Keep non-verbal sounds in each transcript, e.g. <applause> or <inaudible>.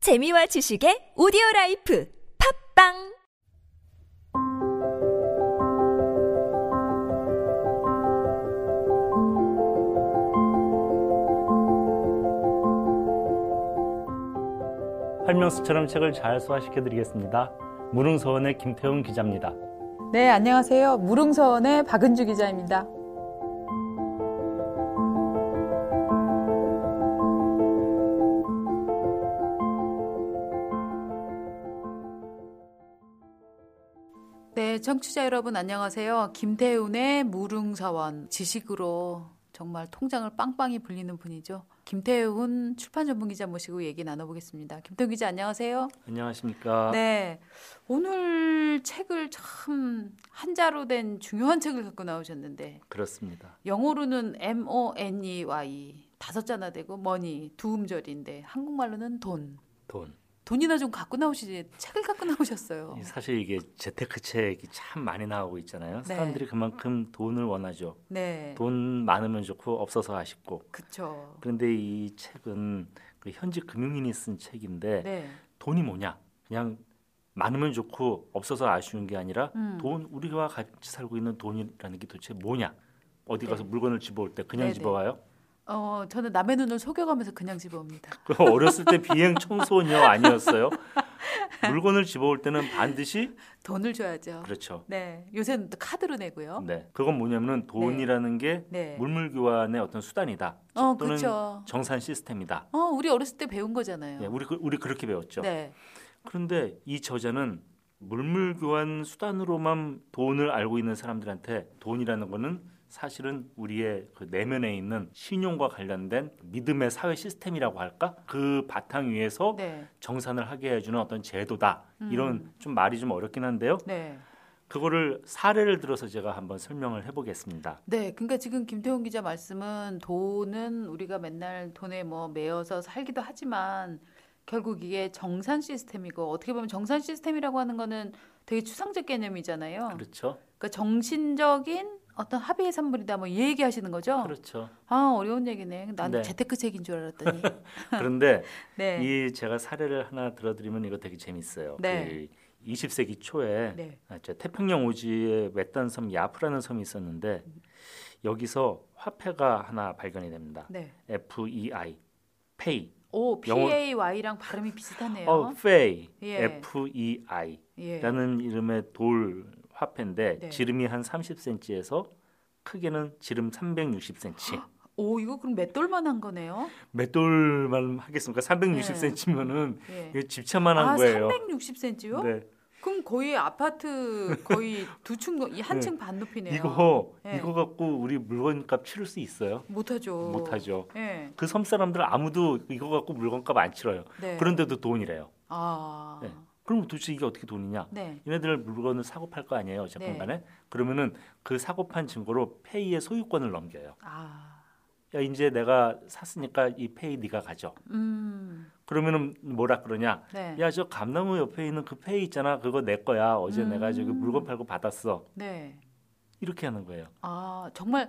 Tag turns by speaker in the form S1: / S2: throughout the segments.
S1: 재미와 지식의 오디오 라이프 팝빵
S2: 활명수처럼 책을 잘 소화시켜 드리겠습니다. 무릉서원의 김태훈 기자입니다.
S3: 네, 안녕하세요. 무릉서원의 박은주 기자입니다. 네, 청취자 여러분 안녕하세요. 김태훈의 무릉서원 지식으로 정말 통장을 빵빵히 불리는 분이죠. 김태훈 출판 전문 기자 모시고 얘기 나눠보겠습니다. 김태훈 기자 안녕하세요.
S2: 안녕하십니까?
S3: 네. 오늘 책을 참 한자로 된 중요한 책을 갖고 나오셨는데
S2: 그렇습니다.
S3: 영어로는 M O N E Y 다섯 자나 되고 머니 두 음절인데 한국말로는 돈.
S2: 돈.
S3: 돈이나 좀 갖고 나오시지 책을 갖고 나오셨어요.
S2: 사실 이게 재테크 책이 참 많이 나오고 있잖아요.
S3: 네.
S2: 사람들이 그만큼 돈을 원하죠.
S3: 네.
S2: 돈 많으면 좋고 없어서 아쉽고.
S3: 그쵸.
S2: 그런데 이 책은 그 현지 금융인이 쓴 책인데
S3: 네.
S2: 돈이 뭐냐? 그냥 많으면 좋고 없어서 아쉬운 게 아니라
S3: 음.
S2: 돈 우리와 같이 살고 있는 돈이라는 게 도대체 뭐냐? 어디
S3: 네.
S2: 가서 물건을 집어올 때 그냥
S3: 네네.
S2: 집어와요?
S3: 어, 저는 남의 눈을 속여가면서 그냥 집어옵니다.
S2: 그 어렸을 때 비행 청소녀 아니었어요? 물건을 집어올 때는 반드시
S3: 돈을 줘야죠.
S2: 그렇죠.
S3: 네. 요새는 또 카드로 내고요.
S2: 네, 그건 뭐냐면은 돈이라는 게
S3: 네.
S2: 물물 교환의 어떤 수단이다.
S3: 어,
S2: 또는
S3: 그쵸.
S2: 정산 시스템이다.
S3: 어, 우리 어렸을 때 배운 거잖아요.
S2: 예, 우리 그- 우리 그렇게 배웠죠.
S3: 네.
S2: 그런데 이 저자는 물물 교환 수단으로만 돈을 알고 있는 사람들한테 돈이라는 거는 사실은 우리의 그 내면에 있는 신용과 관련된 믿음의 사회 시스템이라고 할까? 그 바탕 위에서
S3: 네.
S2: 정산을 하게 해주는 어떤 제도다.
S3: 음.
S2: 이런 좀 말이 좀 어렵긴 한데요.
S3: 네.
S2: 그거를 사례를 들어서 제가 한번 설명을 해보겠습니다.
S3: 네, 그러니까 지금 김태훈 기자 말씀은 돈은 우리가 맨날 돈에 뭐 매여서 살기도 하지만 결국 이게 정산 시스템이고 어떻게 보면 정산 시스템이라고 하는 거는 되게 추상적 개념이잖아요.
S2: 그렇죠?
S3: 그러니까 정신적인 어떤 합의의 산물이다 뭐 이 얘기하시는 거죠? <laughs>
S2: 그렇죠.
S3: 아, 어려운 얘기네. 나는
S2: 네.
S3: 재테크 책인 줄
S2: <laughs>
S3: 알았더니.
S2: 그런데
S3: 네.
S2: 이 제가 사례를 하나 들어드리면 이거 되게 재밌어요.
S3: 네.
S2: 그 20세기 초에
S3: 네.
S2: 아, 저 태평양 오지의 외딴 섬 야프라는 섬이 있었는데 여기서 화폐가 하나 발견이 됩니다.
S3: 네.
S2: FEI, 페이,
S3: 오,
S2: 영어-
S3: PAY랑 발음이 비슷하네요.
S2: 어, 페이, E
S3: 예.
S2: FEI.
S3: 예.
S2: 라는 이름의 돌 화폐인데
S3: 네.
S2: 지름이 한 30cm에서 크기는 지름
S3: 아.
S2: 360cm.
S3: 오, 이거 그럼 맷돌만 한 거네요?
S2: 몇돌만 하겠습니까? 360cm면은
S3: 예.
S2: 집채만 한
S3: 네. 아,
S2: 거예요.
S3: 360cm요?
S2: 네.
S3: 그럼 거의 아파트 거의 두층한
S2: 네.
S3: 층 반 높이네요.
S2: 이거
S3: 네.
S2: 이거 갖고 우리 물건값 치를 수 있어요?
S3: 못하죠.
S2: 못 하죠.
S3: 예.
S2: 그 섬 사람들 아무도 이거 갖고 물건값 안 치러요.
S3: 네.
S2: 그런데도 돈이래요.
S3: 아.
S2: 네. 그럼 도대체 이게 어떻게 돈이냐?
S3: 네.
S2: 얘네들 물건을 사고 팔 거 아니에요, 어쨌건
S3: 네.
S2: 간에. 그러면은 그 사고 판 증거로 페이의 소유권을 넘겨요.
S3: 아.
S2: 야 이제 내가 샀으니까 이 페이 네가 가져.
S3: 음.
S2: 그러면은 뭐라 그러냐?
S3: 네.
S2: 야 저 감나무 옆에 있는 그 페이 있잖아. 그거 내 거야. 어제
S3: 음.
S2: 내가 저기 물건 팔고 받았어.
S3: 네.
S2: 이렇게 하는 거예요.
S3: 아, 정말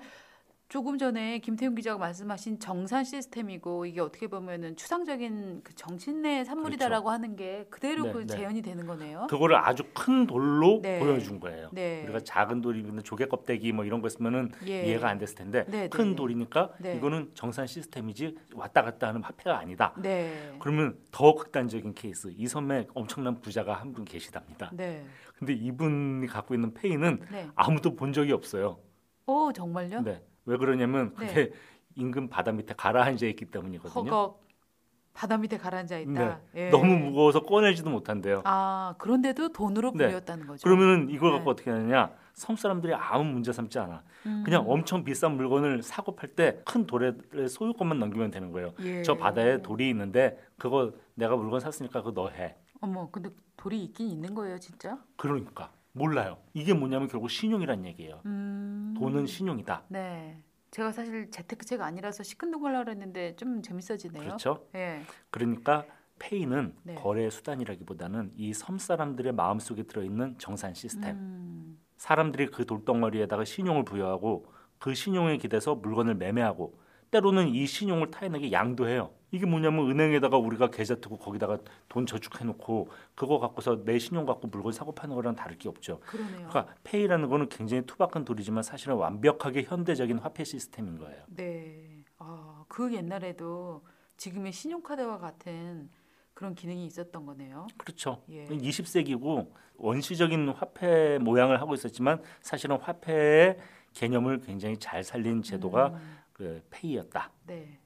S3: 조금 전에 김태훈 기자가 말씀하신 정산 시스템이고 이게 어떻게 보면은 추상적인 그 정신의 산물이다라고 하는 게 그대로
S2: 그렇죠. 네,
S3: 그
S2: 네.
S3: 재현이 되는 거네요.
S2: 그거를 아주 큰 돌로
S3: 네.
S2: 보여준 거예요.
S3: 네.
S2: 우리가 작은 돌이면 조개 껍데기 뭐 이런 거 쓰면은
S3: 예.
S2: 이해가 안 됐을 텐데
S3: 네,
S2: 큰
S3: 네.
S2: 돌이니까
S3: 네.
S2: 이거는 정산 시스템이지 왔다 갔다 하는 화폐가 아니다.
S3: 네.
S2: 그러면 더 극단적인 케이스. 이 섬에 엄청난 부자가 한 분 계시답니다.
S3: 네.
S2: 근데 이분이 갖고 있는 페이는
S3: 네.
S2: 아무도 본 적이 없어요.
S3: 오, 정말요?
S2: 네. 왜 그러냐면 그게 임금 바다 밑에 가라앉아 있기 때문이거든요. 네.
S3: 허걱 바다 밑에 가라앉아 있다. 예.
S2: 너무 무거워서 꺼내지도 못한대요.
S3: 아, 그런데도 돈으로
S2: 네.
S3: 불렸다는 거죠.
S2: 그러면은 이걸 갖고
S3: 네.
S2: 어떻게 하느냐? 섬 사람들이 아무 문제 삼지 않아.
S3: 음.
S2: 그냥 엄청 비싼 물건을 사고 팔 때 큰 돌의 소유권만 넘기면 되는 거예요.
S3: 예.
S2: 저 바다에 돌이 있는데 그거 내가 물건 샀으니까 그거 너 해.
S3: 어머, 근데 돌이 있긴 있는 거예요, 진짜?
S2: 그러니까 몰라요. 이게 뭐냐면 결국 신용이란 얘기예요.
S3: 음.
S2: 돈은 신용이다.
S3: 네. 제가 사실 재테크책 아니라서 시큰둥하려고 했는데 좀 재밌어지네요.
S2: 그렇죠?
S3: 예.
S2: 그러니까 페이는
S3: 네.
S2: 거래 수단이라기보다는 이 섬 사람들의 마음속에 들어있는 정산 시스템.
S3: 음.
S2: 사람들이 그 돌덩어리에다가 신용을 부여하고 그 신용에 기대서 물건을 매매하고 때로는 이 신용을 타이는 게 양도해요. 이게 뭐냐면 은행에다가 우리가 계좌 두고 거기다가 돈 저축해놓고 그거 갖고서 내 신용 갖고 물건 사고 파는 거랑 다를 게 없죠.
S3: 그러네요.
S2: 그러니까 페이라는 거는 굉장히 투박한 돌이지만 사실은 완벽하게 현대적인 화폐 시스템인 거예요.
S3: 네. 아, 그 옛날에도 지금의 신용카드와 같은 그런 기능이 있었던 거네요.
S2: 그렇죠.
S3: 예.
S2: 20세기고 원시적인 화폐 모양을 하고 있었지만 사실은 화폐의 개념을 굉장히 잘 살린 제도가
S3: 음,
S2: 그 페이였다.
S3: 네.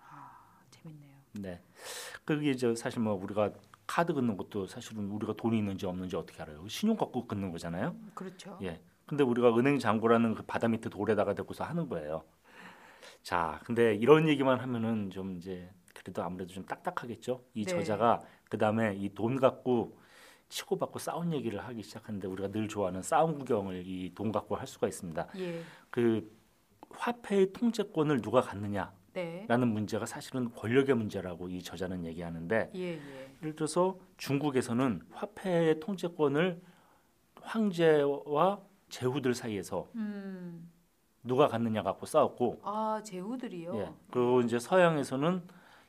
S3: 아, 재밌네요.
S2: 네. 그게 이제 사실 뭐 우리가 카드 긋는 것도 사실은 우리가 돈이 있는지 없는지 어떻게 알아요? 신용 갖고 긋는 거잖아요.
S3: 음, 그렇죠.
S2: 예. 근데 우리가 은행 잔고라는 그 바다 밑에 돌에다가 대고서 하는 거예요. 자, 근데 이런 얘기만 하면은 좀 이제 그래도 아무래도 좀 딱딱하겠죠. 이
S3: 네.
S2: 저자가 그 다음에 이 돈 갖고 치고받고 싸운 얘기를 하기 시작하는데 우리가 늘 좋아하는 싸움 구경을 이 돈 갖고 할 수가 있습니다.
S3: 예.
S2: 그 화폐의 통제권을 누가 갖느냐라는
S3: 네.
S2: 문제가 사실은 권력의 문제라고 이 저자는 얘기하는데
S3: 예, 예.
S2: 예를 들어서 중국에서는 화폐의 통제권을 황제와 제후들 사이에서
S3: 음.
S2: 누가 갖느냐 갖고 싸웠고
S3: 아, 제후들이요.
S2: 예. 그리고 이제 서양에서는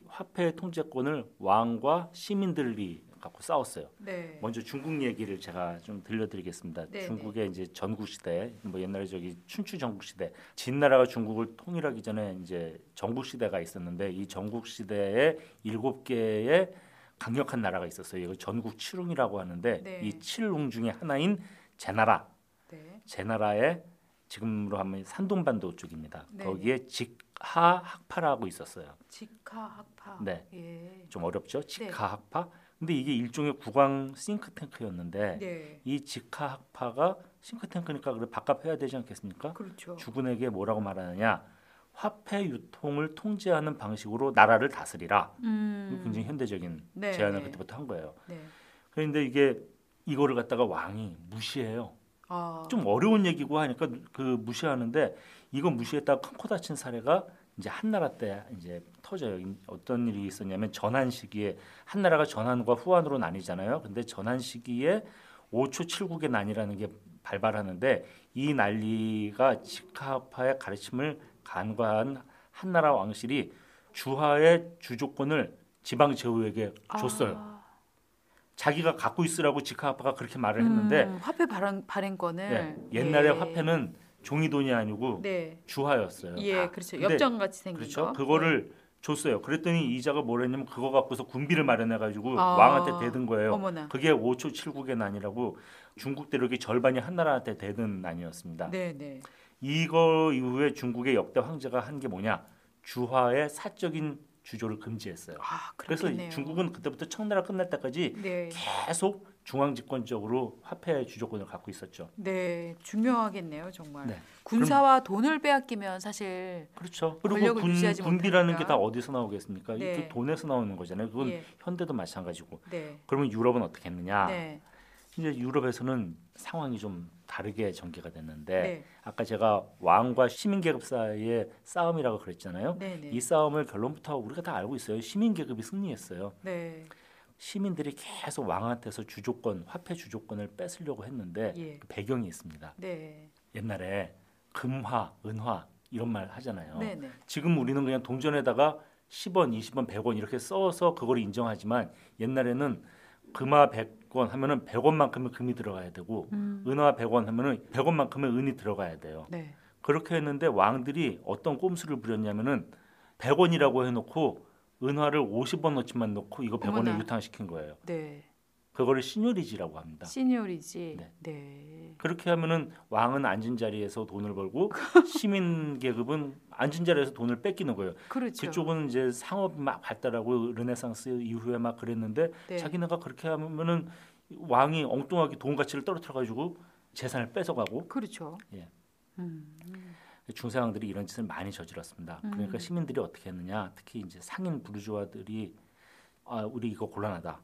S2: 화폐의 통제권을 왕과 시민들이 갖고 싸웠어요.
S3: 네.
S2: 먼저 중국 얘기를 제가 좀 들려드리겠습니다.
S3: 네,
S2: 중국의 이제 전국 시대, 뭐 옛날에 저기 춘추 전국 시대, 진나라가 중국을 통일하기 전에 이제 전국 시대가 있었는데 이 전국 시대에 일곱 개의 강력한 나라가 있었어요. 이걸 전국 칠웅이라고 하는데
S3: 네.
S2: 이 칠웅 중에 하나인 제나라,
S3: 네.
S2: 제나라의 지금으로 하면 산동반도 쪽입니다.
S3: 네.
S2: 거기에 직하 학파라고 있었어요.
S3: 직하 학파.
S2: 네.
S3: 예.
S2: 좀 어렵죠? 직하 학파. 근데 이게 일종의 국왕 싱크탱크였는데
S3: 네.
S2: 이 직하 학파가 싱크탱크니까 그래 밥값해야 되지 않겠습니까?
S3: 그렇죠.
S2: 주군에게 뭐라고 말하느냐? 화폐 유통을 통제하는 방식으로 나라를 다스리라.
S3: 음.
S2: 굉장히 현대적인
S3: 네,
S2: 제안을
S3: 네.
S2: 그때부터 한 거예요.
S3: 네.
S2: 그런데 이게 이거를 갖다가 왕이 무시해요.
S3: 아.
S2: 좀 어려운 얘기고 하니까 그 무시하는데 이거 무시했다가 큰 코 다친 사례가 이제 한나라 때 이제 터져요. 어떤 일이 있었냐면 전한 시기에 한나라가 전한과 후한으로 나뉘잖아요. 근데 전한 시기에 5초 7국의 난이라는 게 발발하는데 이 난리가 직하파의 가르침을 간과한 한나라 왕실이 주하의 주조권을 지방 제후에게 줬어요.
S3: 아.
S2: 자기가 갖고 있으라고 직하파가 그렇게 말을 했는데
S3: 음, 화폐 발행 발행권을
S2: 예, 옛날에
S3: 예.
S2: 화폐는 종이 돈이 아니고
S3: 네.
S2: 주화였어요.
S3: 예,
S2: 다.
S3: 그렇죠.
S2: 아, 근데
S3: 엽전 같이 생긴
S2: 그렇죠.
S3: 거. 네.
S2: 그거를 줬어요. 그랬더니 이자가 뭐랬냐면 그거 갖고서 군비를 마련해 가지고
S3: 아.
S2: 왕한테 대든
S3: 예.
S2: 거예요.
S3: 어머나.
S2: 그게 5초 7국의 난이라고 중국 대륙의 절반이 한나라한테 대든 난이었습니다.
S3: 네, 네.
S2: 이거 이후에 중국의 역대 황제가 한 게 뭐냐? 주화의 사적인 주조를 금지했어요.
S3: 아,
S2: 그래서
S3: 그렇겠네요.
S2: 중국은 그때부터 청나라 끝날 때까지
S3: 네.
S2: 계속 중앙 집권적으로 화폐 주조권을 갖고 있었죠.
S3: 네, 중요하겠네요, 정말.
S2: 네.
S3: 군사와 돈을 빼앗기면 사실
S2: 그렇죠. 그리고
S3: 권력을
S2: 군,
S3: 유지하지
S2: 군비라는 게
S3: 못하니까.
S2: 다 어디서 나오겠습니까?
S3: 네.
S2: 이게 돈에서 나오는 거잖아요. 그건
S3: 예.
S2: 현대도 마찬가지고.
S3: 네.
S2: 그러면 유럽은 어떻게 했느냐?
S3: 네.
S2: 이제 유럽에서는 상황이 좀 다르게 전개가 됐는데
S3: 네.
S2: 아까 제가 왕과 시민 계급 사이의 싸움이라고 그랬잖아요.
S3: 네, 네.
S2: 이 싸움을 결론부터 우리가 다 알고 있어요. 시민 계급이 승리했어요.
S3: 네.
S2: 시민들이 계속 왕한테서 주조권, 화폐 주조권을 뺏으려고 했는데
S3: 예.
S2: 그 배경이 있습니다.
S3: 네.
S2: 옛날에 금화, 은화 이런 말 하잖아요.
S3: 네, 네.
S2: 지금 우리는 그냥 동전에다가 10원, 20원, 100원 이렇게 써서 그걸 인정하지만 옛날에는 금화 100원 하면은 100원만큼의 금이 들어가야 되고
S3: 음.
S2: 은화 100원 하면은 100원만큼의 은이 들어가야 돼요.
S3: 네.
S2: 그렇게 했는데 왕들이 어떤 꼼수를 부렸냐면은 100원이라고 해 놓고 은화를 50원 어치만 넣고 이거 100원을
S3: 어머나.
S2: 유탕시킨 거예요.
S3: 네.
S2: 그거를 시뇨리지라고 합니다.
S3: 시니어리지.
S2: 네.
S3: 네.
S2: 그렇게 하면은 왕은 앉은 자리에서 돈을
S3: <laughs>
S2: 벌고 시민 계급은 앉은 자리에서 돈을 뺏기는 거예요.
S3: 그렇죠.
S2: 그쪽은 이제 상업이 막 발달하고 르네상스 이후에 막 그랬는데
S3: 네.
S2: 자기네가 그렇게 하면은 왕이 엉뚱하게 돈 가치를 떨어뜨려 가지고 재산을 뺏어가고
S3: 그렇죠.
S2: 예.
S3: 음.
S2: 중세왕들이 이런 짓을 많이 저질렀습니다.
S3: 음.
S2: 그러니까 시민들이 어떻게 했느냐? 특히 이제 상인 부르주아들이 아 우리 이거 곤란하다.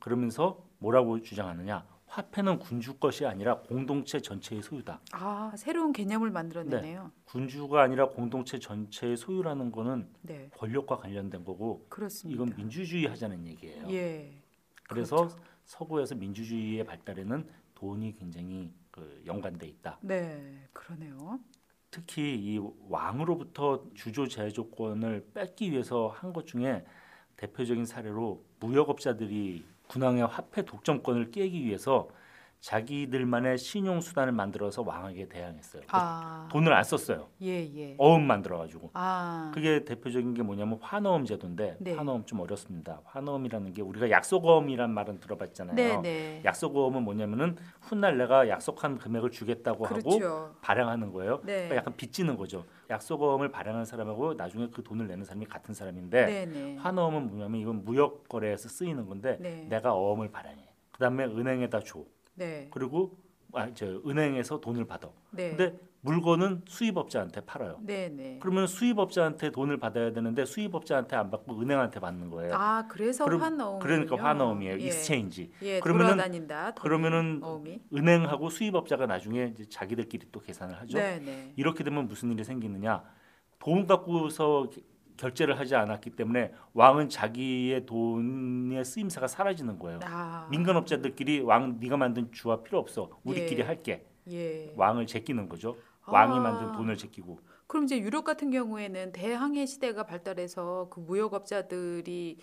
S2: 그러면서 뭐라고 주장하느냐? 화폐는 군주 것이 아니라 공동체 전체의 소유다.
S3: 아, 새로운 개념을 만들어내네요.
S2: 군주가 아니라 공동체 전체의 소유라는 거는
S3: 네.
S2: 권력과 관련된 거고
S3: 그렇습니다.
S2: 이건 민주주의 하자는 얘기예요.
S3: 예.
S2: 그래서
S3: 그렇죠.
S2: 서구에서 민주주의의 발달에는 돈이 굉장히 그 연관돼 있다.
S3: 네. 그러네요.
S2: 특히 이 왕으로부터 주조 제조권을 뺏기 위해서 한 것 중에 대표적인 사례로 무역업자들이 군왕의 화폐 독점권을 깨기 위해서 자기들만의 신용 수단을 만들어서 왕에게 대항했어요. 그러니까
S3: 아,
S2: 돈을 안 썼어요.
S3: 예, 예.
S2: 어음 만들어 가지고.
S3: 아,
S2: 그게 대표적인 게 뭐냐면 환어음 제도인데
S3: 네.
S2: 환어음 좀 어렵습니다. 환어음이라는 게 우리가 약속어음이란 말은 들어봤잖아요.
S3: 네, 네.
S2: 약속어음은 뭐냐면은 훗날 내가 약속한 금액을 주겠다고 하고
S3: 그렇죠.
S2: 발행하는 거예요.
S3: 네.
S2: 그러니까 약간 빚지는 거죠. 약속어음을 발행하는 사람하고 나중에 그 돈을 내는 사람이 같은 사람인데
S3: 네, 네.
S2: 환어음은 뭐냐면 이건 무역 거래에서 쓰이는 건데
S3: 네.
S2: 내가 어음을 발행해. 그다음에 은행에다 줘.
S3: 네.
S2: 그리고 아, 저 은행에서 돈을 받아.
S3: 네.
S2: 근데 물건은 수입업자한테 팔아요.
S3: 네, 네.
S2: 그러면 수입업자한테 돈을 받아야 되는데 수입업자한테 안 받고 은행한테 받는 거예요.
S3: 아, 그래서
S2: 그럼-
S3: 환어음.
S2: 그러니까 환어음이에요.
S3: 예.
S2: 익스체인지.
S3: 예,
S2: 그러면은-
S3: 돌아다닌다. 돈이,
S2: 그러면은
S3: 어음이.
S2: 은행하고 수입업자가 나중에 이제 자기들끼리 또 계산을 하죠.
S3: 네, 네.
S2: 이렇게 되면 무슨 일이 생기느냐? 돈 갖고서 기- 결제를 하지 않았기 때문에 왕은 자기의 돈의 쓰임새가 사라지는 거예요.
S3: 아,
S2: 민간업자들끼리 왕 네가 만든 주화 필요 없어. 우리끼리
S3: 예.
S2: 할게.
S3: 예.
S2: 왕을 제끼는 거죠. 왕이
S3: 아.
S2: 만든 돈을 제끼고.
S3: 그럼 이제 유럽 같은 경우에는 대항해 시대가 발달해서 그 무역업자들이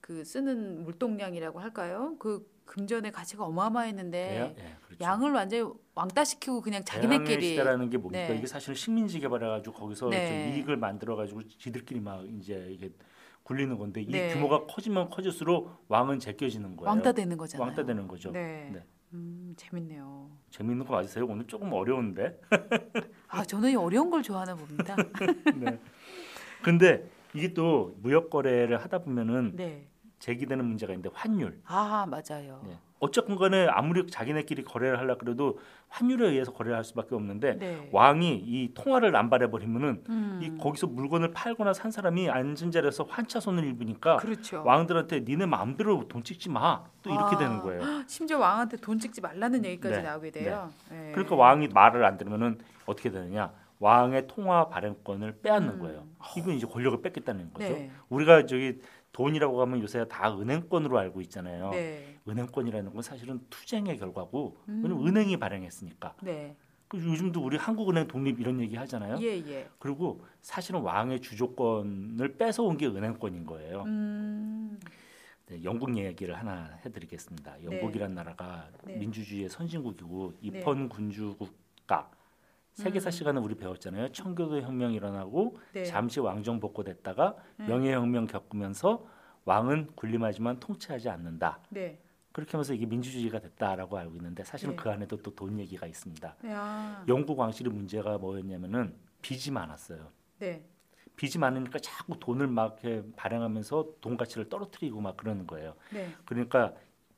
S3: 그 쓰는 물동량이라고 할까요? 그 금전의 가치가 어마어마했는데
S2: 예, 그렇죠.
S3: 양을 완전히 왕따시키고 그냥
S2: 대항해
S3: 자기네끼리
S2: 시대라는 게 뭡니까?
S3: 네.
S2: 이게 사실은 식민지 개발해가지고 거기서
S3: 네.
S2: 좀 이익을 만들어가지고 지들끼리 막 이제 이게 굴리는 건데 이
S3: 네.
S2: 규모가 커지면 커질수록 왕은 제껴지는 거예요.
S3: 왕따 되는 거잖아요.
S2: 왕따 되는 거죠.
S3: 네.
S2: 네.
S3: 음, 재밌네요.
S2: 재밌는 거 맞으세요? 오늘 조금 어려운데.
S3: 아, 저는 이 어려운 걸
S2: <laughs>
S3: 좋아하나 봅니다.
S2: 네. 근데 이게 또 무역 거래를 하다 보면은
S3: 네.
S2: 제기되는 문제가 있는데 환율.
S3: 아, 맞아요.
S2: 네. 어쨌건 간에 아무리 자기네끼리 거래를 하려 그래도 환율에 의해서 거래를 할 수밖에 없는데
S3: 네.
S2: 왕이 이 통화를 남발해 버리면은
S3: 음,
S2: 이 거기서 물건을 팔거나 산 사람이 앉은 자리에서 환차 손을 입으니까
S3: 그렇죠.
S2: 왕들한테 니네 마음대로 돈 찍지 마. 또 이렇게
S3: 아.
S2: 되는 거예요.
S3: 심지어 왕한테 돈 찍지 말라는 얘기까지
S2: 네.
S3: 나오게 돼요. 네.
S2: 그러니까 왕이 말을 안 들으면은 어떻게 되느냐? 왕의 통화 발행권을 빼앗는
S3: 음.
S2: 거예요. 이건 이제 권력을 뺏겠다는 거죠.
S3: 네.
S2: 우리가 저기 돈이라고 하면 요새 다 은행권으로 알고 있잖아요.
S3: 네.
S2: 은행권이라는 건 사실은 투쟁의 결과고
S3: 음.
S2: 왜냐면 은행이 발행했으니까.
S3: 네.
S2: 그 요즘도 우리 한국은행 독립 이런 얘기 하잖아요.
S3: 예, 예.
S2: 그리고 사실은 왕의 주조권을 뺏어온 게 은행권인 거예요.
S3: 음.
S2: 네, 영국 얘기를 하나 해드리겠습니다. 영국이란 나라가
S3: 네.
S2: 민주주의의 선진국이고
S3: 네. 음.
S2: 입헌 군주 국가. 세계사 시간에 우리 배웠잖아요. 청교도 혁명 일어나고
S3: 네. 음.
S2: 잠시 왕정 복구됐다가 명예혁명 겪으면서 왕은 군림하지만 통치하지 않는다.
S3: 네.
S2: 그렇게 하면서 이게 민주주의가 됐다라고 알고 있는데 사실은
S3: 네.
S2: 그 안에도 또 돈 얘기가 있습니다.
S3: 야.
S2: 영국 왕실의 문제가 뭐였냐면은 빚이 많았어요.
S3: 네.
S2: 빚이 많으니까 자꾸 돈을 막 이렇게 발행하면서 돈 가치를 떨어뜨리고 막 그러는 거예요.
S3: 네.
S2: 그러니까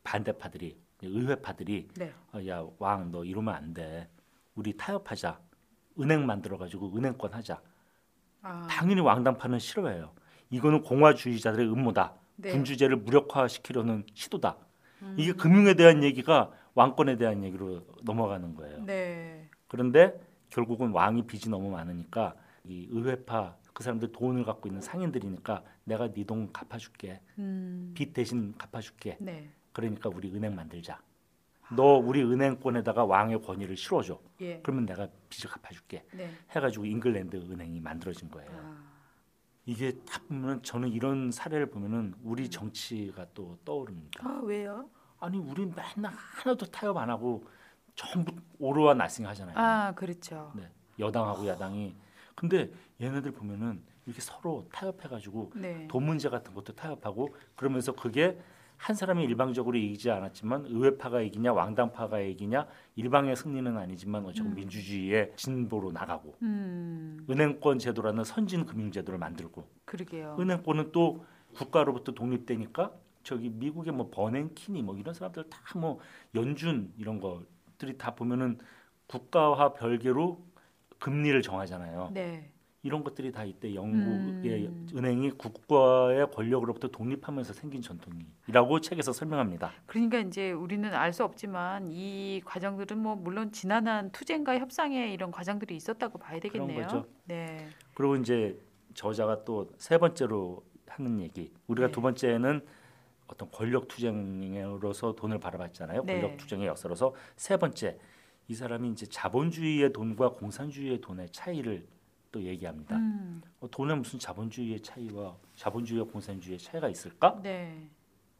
S2: 반대파들이 의회파들이 어,
S3: 네.
S2: 야 왕 너 이러면 안 돼. 우리 타협하자. 은행 만들어 가지고 은행권 하자.
S3: 아.
S2: 당연히 왕당파는 싫어해요. 이거는 공화주의자들의 음모다.
S3: 네. 음.
S2: 군주제를 무력화시키려는 시도다. 이게 금융에 대한 얘기가 왕권에 대한 얘기로 넘어가는 거예요.
S3: 네.
S2: 그런데 결국은 왕이 빚이 너무 많으니까 이 의회파 그 사람들 돈을 갖고 있는 상인들이니까 내가 네 돈 갚아줄게.
S3: 음.
S2: 빚 대신 갚아줄게.
S3: 네.
S2: 그러니까 우리 은행 만들자. 너 우리 은행권에다가 왕의 권위를 실어줘.
S3: 예.
S2: 그러면 내가 빚을 갚아줄게.
S3: 네.
S2: 해가지고 잉글랜드 은행이 만들어진 거예요.
S3: 아.
S2: 이게 딱 보면 저는 이런 사례를 보면은
S3: 음.
S2: 우리 정치가 또 떠오릅니다.
S3: 아, 왜요?
S2: 아니 우리 맨날 하나도 타협 안 하고 전부 오로와 나싱 하잖아요.
S3: 아, 그렇죠.
S2: 네. 여당하고 야당이. 근데 얘네들 보면은 이렇게 서로 타협해가지고
S3: 네.
S2: 돈 문제 같은 것도 타협하고 그러면서 그게 한 사람이 일방적으로 이기지 않았지만 의회파가 이기냐 왕당파가 이기냐 일방의 승리는 아니지만 어쨌든 민주주의의 진보로 나가고
S3: 음.
S2: 은행권 제도라는 선진 금융 제도를 만들고
S3: 그러게요.
S2: 은행권은 또 국가로부터 독립되니까 저기 미국의 뭐 버냉키니 뭐 이런 사람들 다 뭐 연준 이런 것들이 다 보면은 국가와 별개로 금리를 정하잖아요.
S3: 네.
S2: 이런 것들이 다 이때 영국의
S3: 음.
S2: 은행이 국가의 권력으로부터 독립하면서 생긴 전통이라고 책에서 설명합니다.
S3: 그러니까 이제 우리는 알 수 없지만 이 과정들은 뭐 물론 지난한 투쟁과 협상에 이런 과정들이 있었다고 봐야
S2: 그런
S3: 되겠네요.
S2: 거죠.
S3: 네.
S2: 그리고 이제 저자가 또 세 번째로 하는 얘기. 우리가
S3: 네.
S2: 두 번째는 어떤 권력 투쟁으로서 돈을 바라봤잖아요.
S3: 네.
S2: 권력 투쟁의 역사로서 세 번째 이 사람이 이제 자본주의의 돈과 공산주의의 돈의 차이를 또 얘기합니다.
S3: 음,
S2: 어, 돈에 무슨 자본주의의 차이와 자본주의와 공산주의의 차이가 있을까?
S3: 네.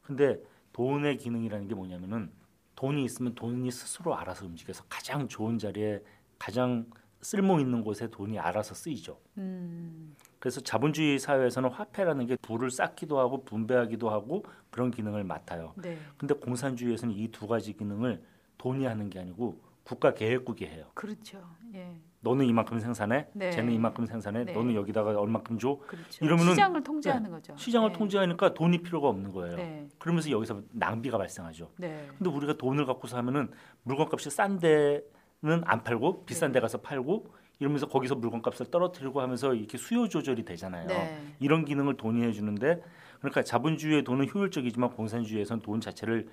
S2: 근데 돈의 기능이라는 게 뭐냐면은 돈이 있으면 돈이 스스로 알아서 움직여서 가장 좋은 자리에 가장 쓸모 있는 곳에 돈이 알아서 쓰이죠.
S3: 음,
S2: 그래서 자본주의 사회에서는 화폐라는 게 부를 쌓기도 하고 분배하기도 하고 그런 기능을 맡아요.
S3: 네.
S2: 근데 공산주의에서는 이 두 가지 기능을 돈이 하는 게 아니고 국가 계획국이 해요.
S3: 그렇죠. 예.
S2: 너는 이만큼 생산해,
S3: 네.
S2: 쟤는 이만큼 생산해,
S3: 네.
S2: 너는 여기다가 얼마큼 줘.
S3: 그렇죠.
S2: 이러면은-
S3: 시장을 통제하는 거죠.
S2: 시장을
S3: 네.
S2: 통제하니까 돈이 필요가 없는 거예요.
S3: 네.
S2: 그러면서 여기서 낭비가 발생하죠.
S3: 네.
S2: 근데 우리가 돈을 갖고서 하면은 물건값이 싼 데는 안 팔고 비싼
S3: 네.
S2: 데 가서 팔고 이러면서 거기서 물건값을 떨어뜨리고 하면서 이렇게 수요 조절이 되잖아요.
S3: 네.
S2: 이런 기능을 돈이 해주는데 그러니까 자본주의의 돈은 효율적이지만 공산주의에선 돈 자체를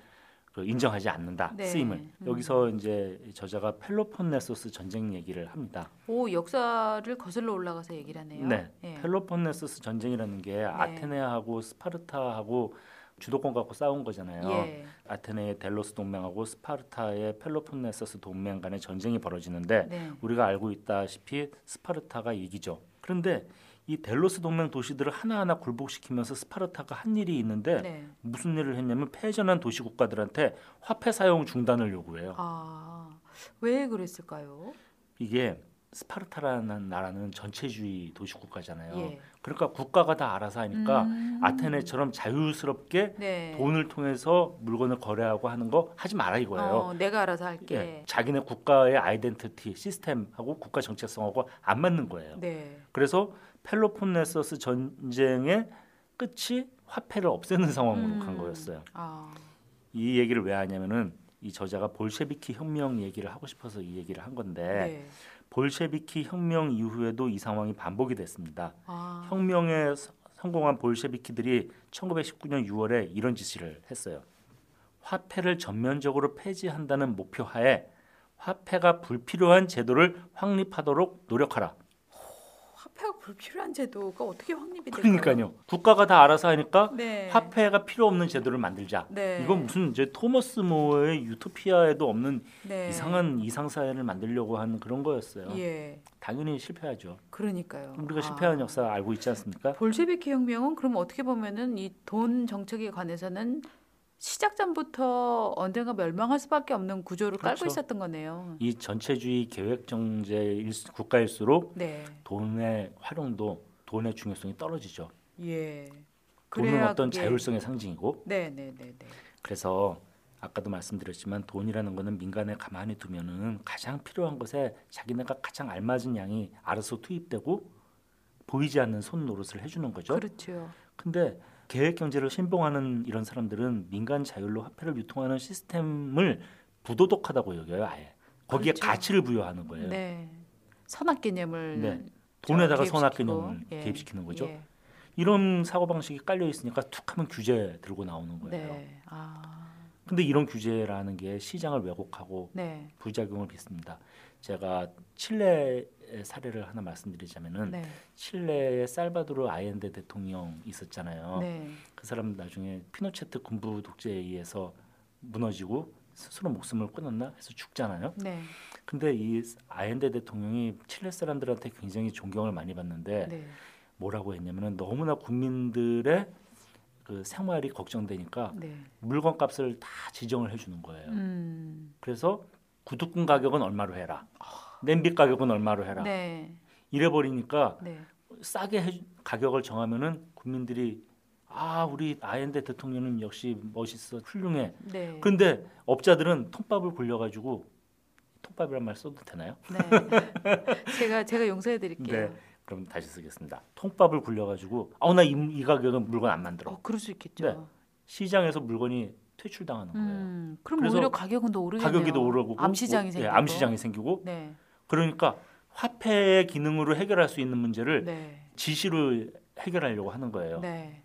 S2: 그 인정하지 않는다
S3: 네.
S2: 쓰임을
S3: 음.
S2: 여기서 이제 저자가 펠로폰네소스 전쟁 얘기를 합니다.
S3: 오 역사를 거슬러 올라가서 얘기를 하네요.
S2: 네.
S3: 예.
S2: 펠로폰네소스 전쟁이라는 게 아테네하고 스파르타하고 주도권 갖고 싸운 거잖아요.
S3: 예.
S2: 아테네의 델로스 동맹하고 스파르타의 펠로폰네소스 동맹 간의 전쟁이 벌어지는데
S3: 네.
S2: 우리가 알고 있다시피 스파르타가 이기죠. 그런데 이 델로스 동맹 도시들을 하나하나 굴복시키면서 스파르타가 한 일이 있는데
S3: 네.
S2: 무슨 일을 했냐면 패전한 도시 국가들한테 화폐 사용 중단을 요구해요.
S3: 아, 왜 그랬을까요?
S2: 이게 스파르타라는 나라는 전체주의 도시 국가잖아요.
S3: 예.
S2: 그러니까 국가가 다 알아서 하니까
S3: 음.
S2: 아테네처럼 자유스럽게
S3: 네.
S2: 돈을 통해서 물건을 거래하고 하는 거 하지 마라 이거예요.
S3: 어, 내가 알아서 할게.
S2: 예, 자기네 국가의 아이덴티티 시스템하고 국가 정체성하고 안 맞는 거예요.
S3: 네.
S2: 그래서 펠로폰네소스 전쟁의 끝이 화폐를 없애는 상황으로
S3: 음.
S2: 간 거였어요.
S3: 아,
S2: 이 얘기를 왜 하냐면은 이 저자가 볼셰비키 혁명 얘기를 하고 싶어서 이 얘기를 한 건데
S3: 네.
S2: 볼셰비키 혁명 이후에도 이 상황이 반복이 됐습니다.
S3: 아,
S2: 혁명에 서- 성공한 볼셰비키들이 1919년 6월에 이런 지시를 했어요. 화폐를 전면적으로 폐지한다는 목표하에 화폐가 불필요한 제도를 확립하도록 노력하라.
S3: 화폐가 불필요한 제도가 어떻게 확립이 될까요?
S2: 그러니까요. 국가가 다 알아서 하니까
S3: 네.
S2: 화폐가 필요 없는 제도를 만들자.
S3: 네.
S2: 이건 무슨 이제 토머스 모어의 유토피아에도 없는
S3: 네.
S2: 이상한 이상 사회를 만들려고 하는 그런 거였어요.
S3: 예.
S2: 당연히 실패하죠.
S3: 그러니까요.
S2: 우리가
S3: 아.
S2: 실패하는 역사 알고 있지 않습니까?
S3: 볼셰비키 혁명은 그럼 어떻게 보면은 이 돈 정책에 관해서는 시작 전부터 언젠가 멸망할 수밖에 없는 구조를
S2: 그렇죠.
S3: 깔고 있었던 거네요.
S2: 이 전체주의 계획 정제 국가일수록
S3: 네.
S2: 돈의 활용도 돈의 중요성이 떨어지죠.
S3: 예.
S2: 돈은 어떤
S3: 그게-
S2: 자율성의 상징이고
S3: 네, 네, 네, 네.
S2: 그래서 아까도 말씀드렸지만 돈이라는 거는 민간에 가만히 두면은 가장 필요한 것에 자기네가 가장 알맞은 양이 알아서 투입되고 보이지 않는 손 노릇을 해주는 거죠.
S3: 그렇죠.
S2: 근데 계획 경제를 신봉하는 이런 사람들은 민간 자율로 화폐를 유통하는 시스템을 부도덕하다고 여겨요. 아예 거기에
S3: 그렇죠.
S2: 가치를 부여하는 거예요.
S3: 네. 선악 개념을
S2: 네.
S3: 저
S2: 돈에다가
S3: 개입시키고,
S2: 선악 개념을
S3: 예.
S2: 개입시키는 거죠.
S3: 예.
S2: 이런 사고 방식이 깔려 있으니까 툭하면 규제 들고 나오는 거예요.
S3: 네. 아.
S2: 근데 이런 규제라는 게 시장을 왜곡하고
S3: 네.
S2: 부작용을 빚습니다. 제가 칠레의 사례를 하나 말씀드리자면은
S3: 네.
S2: 칠레의 살바도르 아옌데 대통령 있었잖아요.
S3: 네.
S2: 그 사람 나중에 피노체트 군부 독재에 의해서 무너지고 스스로 목숨을 끊었나 해서 죽잖아요.
S3: 네.
S2: 근데 이 아옌데 대통령이 칠레 사람들한테 굉장히 존경을 많이 받는데
S3: 네.
S2: 뭐라고 했냐면은 너무나 국민들의 그 생활이 걱정되니까
S3: 네.
S2: 물건 값을 다 지정을 해주는 거예요.
S3: 음.
S2: 그래서 구두꾼 가격은 얼마로 해라, 냄비 가격은 얼마로 해라.
S3: 아. 네.
S2: 이래 버리니까
S3: 네.
S2: 싸게 해- 가격을 정하면은 국민들이 아 우리 아엔데 대통령은 역시 멋있어 훌륭해.
S3: 네.
S2: 근데 업자들은 통밥을 굴려가지고 통밥이란 말 써도 되나요?
S3: 네. <laughs> 제가 제가 용서해 드릴게요.
S2: 네. 그럼 다시 쓰겠습니다. 통밥을 굴려가지고 아나이 이 가격은 물건 안 만들어.
S3: 어, 그럴 수 있겠죠.
S2: 네. 시장에서 물건이 퇴출당하는 거예요.
S3: 음. 그럼
S2: 그래서
S3: 오히려 가격은 더 오르겠네요.
S2: 가격이 더 오르고
S3: 암시장이
S2: 뭐, 예,
S3: 생기고.
S2: 암시장이 생기고
S3: 네.
S2: 그러니까 화폐의 기능으로 해결할 수 있는 문제를
S3: 네.
S2: 지시로 해결하려고 하는 거예요.
S3: 네.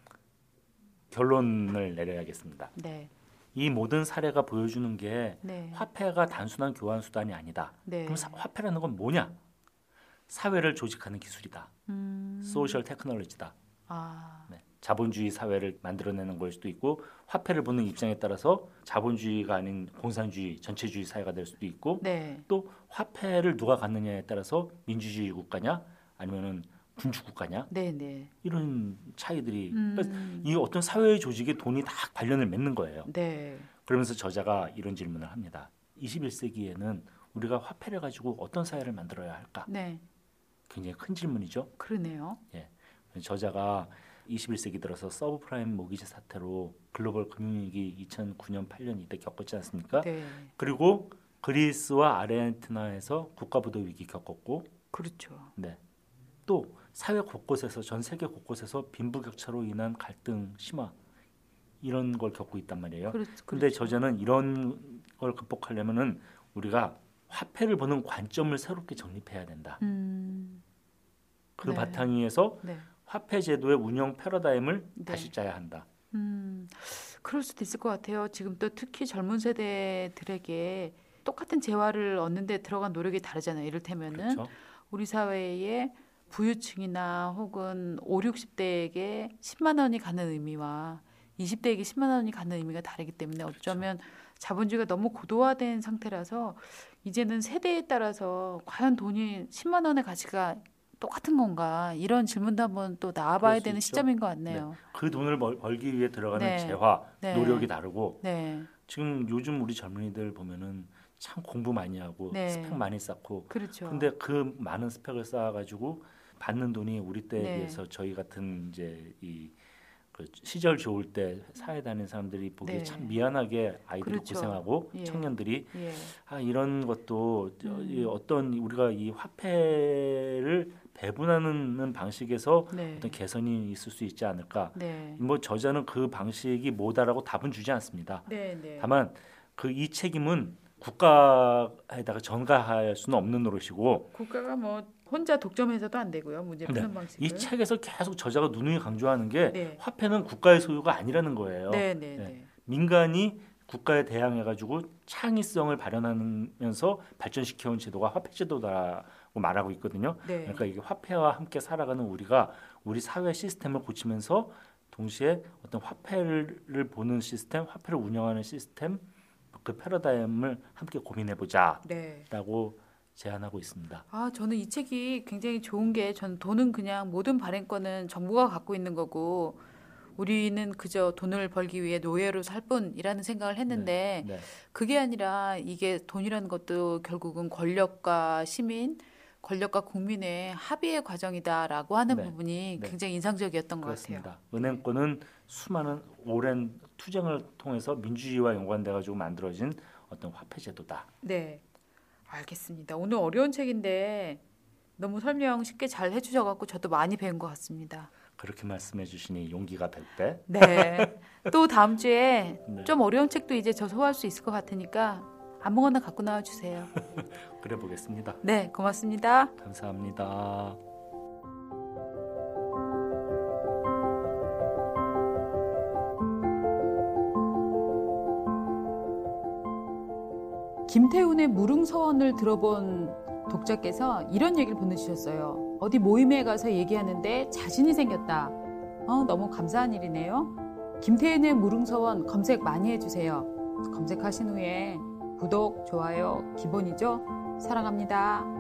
S2: 결론을 내려야겠습니다.
S3: 네.
S2: 이 모든 사례가 보여주는 게
S3: 네.
S2: 화폐가 단순한 교환 수단이 아니다.
S3: 네.
S2: 그럼 사- 화폐라는 건 뭐냐? 사회를 조직하는 기술이다.
S3: 음.
S2: 소셜 테크놀로지다.
S3: 아.
S2: 네. 자본주의 사회를 만들어내는 걸 수도 있고 화폐를 보는 입장에 따라서 자본주의가 아닌 공산주의, 전체주의 사회가 될 수도 있고
S3: 네.
S2: 또 화폐를 누가 갖느냐에 따라서 민주주의 국가냐 아니면은 군주 국가냐
S3: 네, 네.
S2: 이런 차이들이 그러니까
S3: 음,
S2: 이 어떤 사회 조직에 돈이 다 관련을 맺는 거예요.
S3: 네.
S2: 그러면서 저자가 이런 질문을 합니다. 21세기에는 우리가 화폐를 가지고 어떤 사회를 만들어야 할까?
S3: 네.
S2: 굉장히 큰 질문이죠.
S3: 그러네요.
S2: 예. 저자가 21세기 들어서 서브프라임 모기지 사태로 글로벌 금융위기 2009년 8년 이때 겪었지 않습니까?
S3: 네.
S2: 그리고 그리스와 아르헨티나에서 국가부도 위기 겪었고
S3: 그렇죠.
S2: 네. 또 사회 곳곳에서 전 세계 곳곳에서 빈부격차로 인한 갈등 심화 이런 걸 겪고 있단 말이에요.
S3: 그렇,
S2: 근데
S3: 그렇죠.
S2: 저자는 이런 걸 극복하려면은 우리가 화폐를 보는 관점을 새롭게 정립해야 된다.
S3: 음,
S2: 그
S3: 네.
S2: 바탕 위에서
S3: 네.
S2: 화폐 제도의 운영 패러다임을
S3: 네.
S2: 다시 짜야 한다.
S3: 음, 그럴 수도 있을 것 같아요. 지금 또 특히 젊은 세대들에게 똑같은 재화를 얻는데 들어간 노력이 다르잖아요. 이를테면은
S2: 그렇죠?
S3: 우리 사회의 부유층이나 혹은 5, 60대에게 10만 원이 가는 의미와 20대에게 10만 원이 가는 의미가 다르기 때문에
S2: 그렇죠.
S3: 어쩌면 자본주의가 너무 고도화된 상태라서 이제는 세대에 따라서 과연 돈이 10만 원의 가치가 똑같은 건가 이런 질문도 한번 또 나와봐야
S2: 그럴 수
S3: 되는
S2: 있죠.
S3: 시점인 것 같네요.
S2: 그 돈을 벌, 벌기 위해 들어가는
S3: 네.
S2: 재화
S3: 네.
S2: 노력이 다르고
S3: 네,
S2: 지금 요즘 우리 젊은이들 보면은 참 공부 많이 하고
S3: 네.
S2: 스펙 많이 쌓고
S3: 그렇죠.
S2: 근데 그 많은 스펙을 쌓아가지고 받는 돈이 우리 때에
S3: 네.
S2: 비해서 저희 같은 이제 이그 시절 좋을 때 사회 다니는 사람들이 보기에
S3: 네.
S2: 참 미안하게 아이들이
S3: 그렇죠.
S2: 고생하고
S3: 예.
S2: 청년들이
S3: 예,
S2: 아 이런 것도 저-
S3: 음.
S2: 이 어떤 우리가 이 화폐를 배분하는 방식에서
S3: 네,
S2: 어떤 개선이 있을 수 있지 않을까?
S3: 네,
S2: 뭐 저자는 그 방식이 뭐다라고 답은 주지 않습니다.
S3: 네, 네.
S2: 다만 그 이 책임은 국가에다가 전가할 수는 없는 노릇이고
S3: 국가가 뭐 혼자 독점해서도 안 되고요. 문제
S2: 네.
S3: 푸는 방식을.
S2: 이 책에서 계속 저자가 누누이 강조하는 게
S3: 네.
S2: 화폐는 국가의 소유가 아니라는 거예요.
S3: 네, 네,
S2: 네.
S3: 네.
S2: 민간이 국가에 대항해가지고 창의성을 발현하면서 발전시켜온 제도가 화폐제도다라고 말하고 있거든요.
S3: 네.
S2: 그러니까 이게 화폐와 함께 살아가는 우리가 우리 사회 시스템을 고치면서 동시에 어떤 화폐를 보는 시스템, 화폐를 운영하는 시스템 그 패러다임을 함께 고민해보자라고
S3: 네.
S2: 제안하고 있습니다.
S3: 아, 저는 이 책이 굉장히 좋은 게, 저는 돈은 그냥 모든 발행권은 정부가 갖고 있는 거고, 우리는 그저 돈을 벌기 위해 노예로 살 뿐이라는 생각을 했는데,
S2: 네.
S3: 그게 아니라 이게 돈이라는 것도 결국은 권력과 시민, 권력과 국민의 합의의 과정이다라고 하는
S2: 네.
S3: 부분이
S2: 네.
S3: 굉장히 인상적이었던 것 같아요.
S2: 그렇습니다. 은행권은 수많은 오랜 투쟁을 통해서 민주주의와 연관돼 가지고 만들어진 어떤 화폐 제도다.
S3: 네. 알겠습니다. 오늘 어려운 책인데, 너무 설명 쉽게 잘 해주셔갖고 저도 많이 배운 것 같습니다.
S2: 그렇게 말씀해 주시니 용기가 될 때.
S3: 네. 또 다음 주에
S2: 네.
S3: 좀 어려운 책도 이제 저 소화할 수 있을 것 같으니까 아무거나 갖고 나와 주세요.
S2: 그래 보겠습니다.
S3: 네, 고맙습니다.
S2: 감사합니다.
S3: 김태훈의 무릉서원을 들어본 독자께서 이런 얘기를 보내주셨어요. 어디 모임에 가서 얘기하는데 자신이 생겼다. 어, 너무 감사한 일이네요. 김태훈의 무릉서원 검색 많이 해주세요. 검색하신 후에 구독, 좋아요, 기본이죠? 사랑합니다.